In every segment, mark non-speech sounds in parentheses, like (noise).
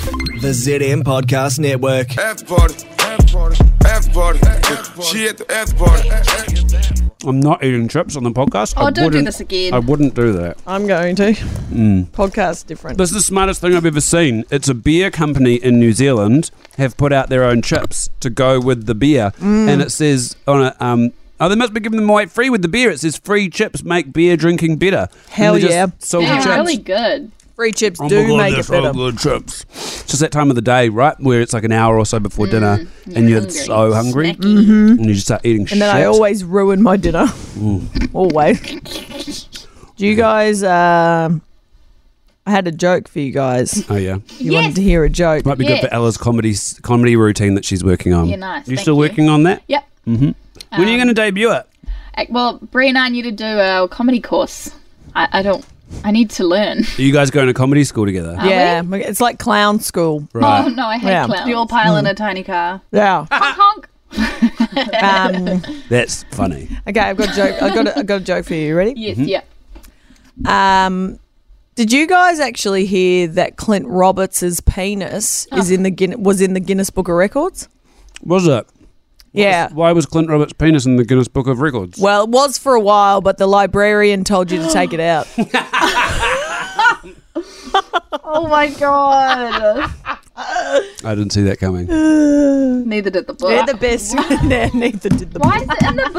The ZM Podcast Network. After party, after party, after party. She at the after party. I'm not eating chips on the podcast. I Oh, don't do wouldn't- this again. I wouldn't do that. I'm going to. Podcast different. This is the smartest thing I've ever seen. It's a beer company in New Zealand have put out their own chips to go with the beer, Mm. and it says on it, um, oh, they must be giving them away free with the beer. It says free chips make beer drinking better. And Hell they just yeah. sold the They're chips. really good. Free chips Oh my do God, make they're it so better. good chips. It's just that time of the day, right, where it's like an hour or so before dinner, Mm, and you're hungry. so hungry, Snacky. Mm-hmm. and you just start eating shit. And then I always ruin my dinner. always. Do you guys? Um, I had a joke for you guys. oh yeah, You Yes. wanted to hear a joke? might be Yeah. good for Ella's comedy s- comedy routine that she's working on. Yeah, nice, You thank still you. Um, working on that? Yep. when are you going to debut it? Uh, Well, Brie and I need to do our comedy course. I, I don't. I need to learn. (laughs) Oh, Are you guys going to comedy school together? yeah, it's like clown school. Right. Uh, Oh no, I hate Yeah. Hmm. clowns. You all pile in a tiny car. Yeah. Honk. Um, That's (laughs) funny. okay, I've got a joke. I got a, I got a joke for you. You Ready? Mm-hmm. Yes. Yep. Um, did you guys actually hear that Clint Roberts' penis is in the Guin- was in the Guinness Book of Records? Was it? Yeah. Why was Clint Roberts' penis in the Guinness Book of Records? Well, it was for a while, but the librarian told you to take (laughs) it out. Oh my god. I didn't see that coming. Neither did the book. They're the best. (laughs) yeah, neither did the Why is it in the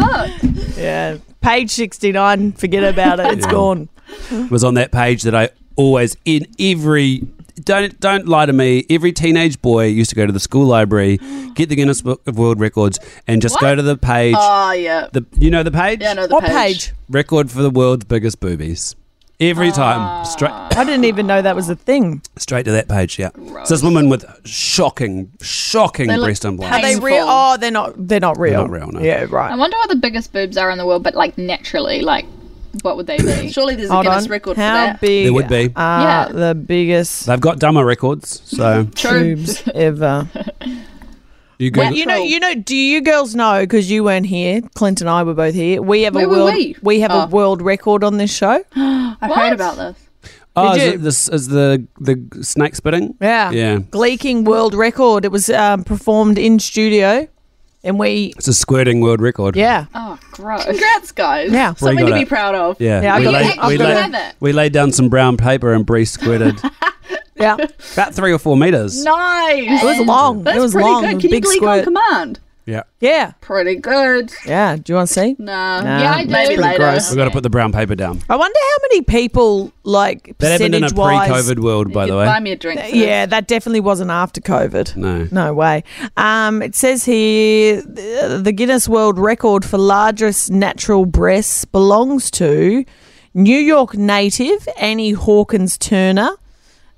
book? Yeah. Page 69, forget about it. It's Yeah. gone. It was on that page that I always in every don't don't lie to me. Every teenage boy used to go to the school (gasps) library, get the Guinness Book of World Records, and just go to the page. (laughs) Oh yeah. the you know the page yeah. No, the What page. page? record for the world's biggest boobies. Every time, straight I didn't even know that was a thing. straight to that page. Yeah, so this woman with shocking, shocking They look breast implants. Are they Painful. real? Oh, they're not. They're not real. not real, no. Yeah, I right. wonder what the biggest boobs are in the world, but like naturally, like what would they be? (coughs) Surely there's a Hold Guinness on. record for How that. big? There would be. Are Yeah. the biggest They've got dumber records, (laughs) so True. boobs ever. you go. Well, You know, Cool. you know. Do you girls know? Because you weren't here. Clint and I were both here. We have a Where were world. we? have Oh. a world record on this (gasps) show. I've heard about this. Oh, Did is you- it this is the the snake spitting? Yeah. Yeah. Gleeking world record. It was um, performed in studio, and we. It's a squirting world record. Yeah. Oh, gross. Congrats, guys. Yeah. Bree Something got to be it. proud of. Yeah. Yeah, I we, got laid, it. I've we, got laid, it. we laid down some brown paper and Bree (laughs) squirted Yeah. about three or four meters. Nice. It was long. That's it was pretty long. It good. was Can big you leak squirt. on command? Yeah. Yeah. Pretty good. Yeah. Do you want to see? No. Nah, yeah, I do. that's Maybe pretty later. gross. We've got to put the brown paper down. I wonder how many people like That happened in a percentage wise. pre-COVID world, by You the can way. Buy me a drink. sis. Yeah, that definitely wasn't after COVID. no. No way. Um, it says here th- the Guinness World Record for largest natural breasts belongs to New York native Annie Hawkins Turner,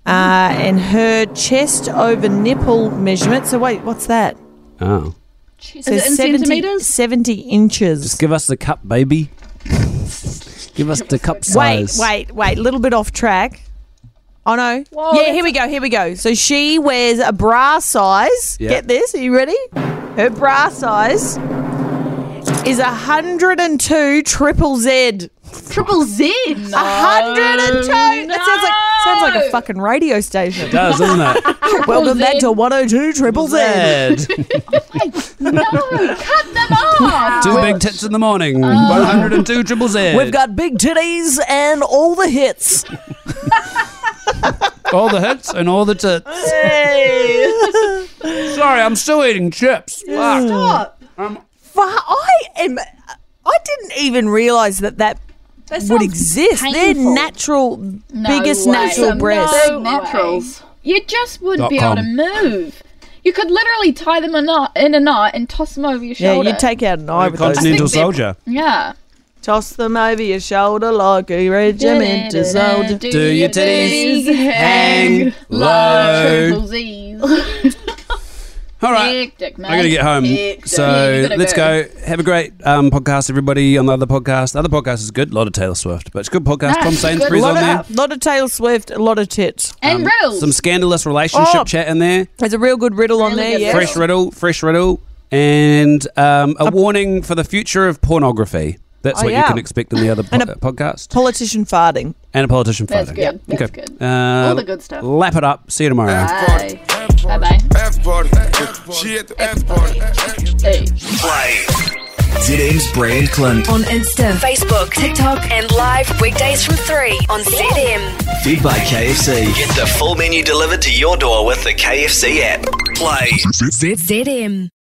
uh, and her chest over nipple measurement. So wait, what's that? Oh. Is it It in says 70 (laughs) centimeters? 70 inches. Just give us the cup, baby. Give us the cup Wait, size. wait, wait. Little bit off track. Oh no. Whoa, yeah, that's- here we go. Here we go. So she wears a bra size. Yeah. Get this. Are you ready? Her bra size is 102 triple Z. Triple Z. No. 102. That sounds like sounds like a fucking radio station. Does, isn't it? (laughs) Welcome back to 102 triple Z. Zed. No, (laughs) cut (laughs) them off. Two big tits in the morning. 102 triple Z. Oh, We've got big titties and all the hits. all the hits and all the tits. Sorry, I'm still eating chips. Fuck. Stop. Fu- I am. I didn't even realize that that That would sounds exist. They're painful. natural, No biggest way. natural No breasts. way. naturals. You just wouldn't Dot be com. able to move. You could literally tie them a knot, in a knot and toss them over your Yeah, shoulder. you take out an eye A with those. continental I think they- soldier. Yeah. Toss them over your shoulder like a regimental soldier. Do, your titties (laughs) hang low? Triple Z's. (laughs) All right. Hectic, mate. I gotta get home. Hectic. Yeah, you So better let's go. Have a great um, podcast, everybody. On the other podcast, the other podcast is good. A lot of Taylor Swift, but it's a good podcast. Nice. Tom Good. Sainsbury's on Lot there. of, lot of Taylor Swift, a lot of tits. And riddles. Some scandalous relationship Oh. chat in there. There's a real good riddle on Really there. good Yeah. Fresh riddle, fresh riddle, and um, a warning for the future of pornography. That's Oh, what you yeah. can expect in the other po- And a- podcast. Politician farting. And a politician That's fighting. good. That's Okay. good. Uh, All the good stuff. Lap it up. See you tomorrow. Bye. After party. after party. She at the after party. Hey. Play. ZM's Brand Clunt. On Insta, Facebook, TikTok, and live weekdays from 3 on ZM. Fed by KFC. Get the full menu delivered to your door with the KFC app. Play. ZM.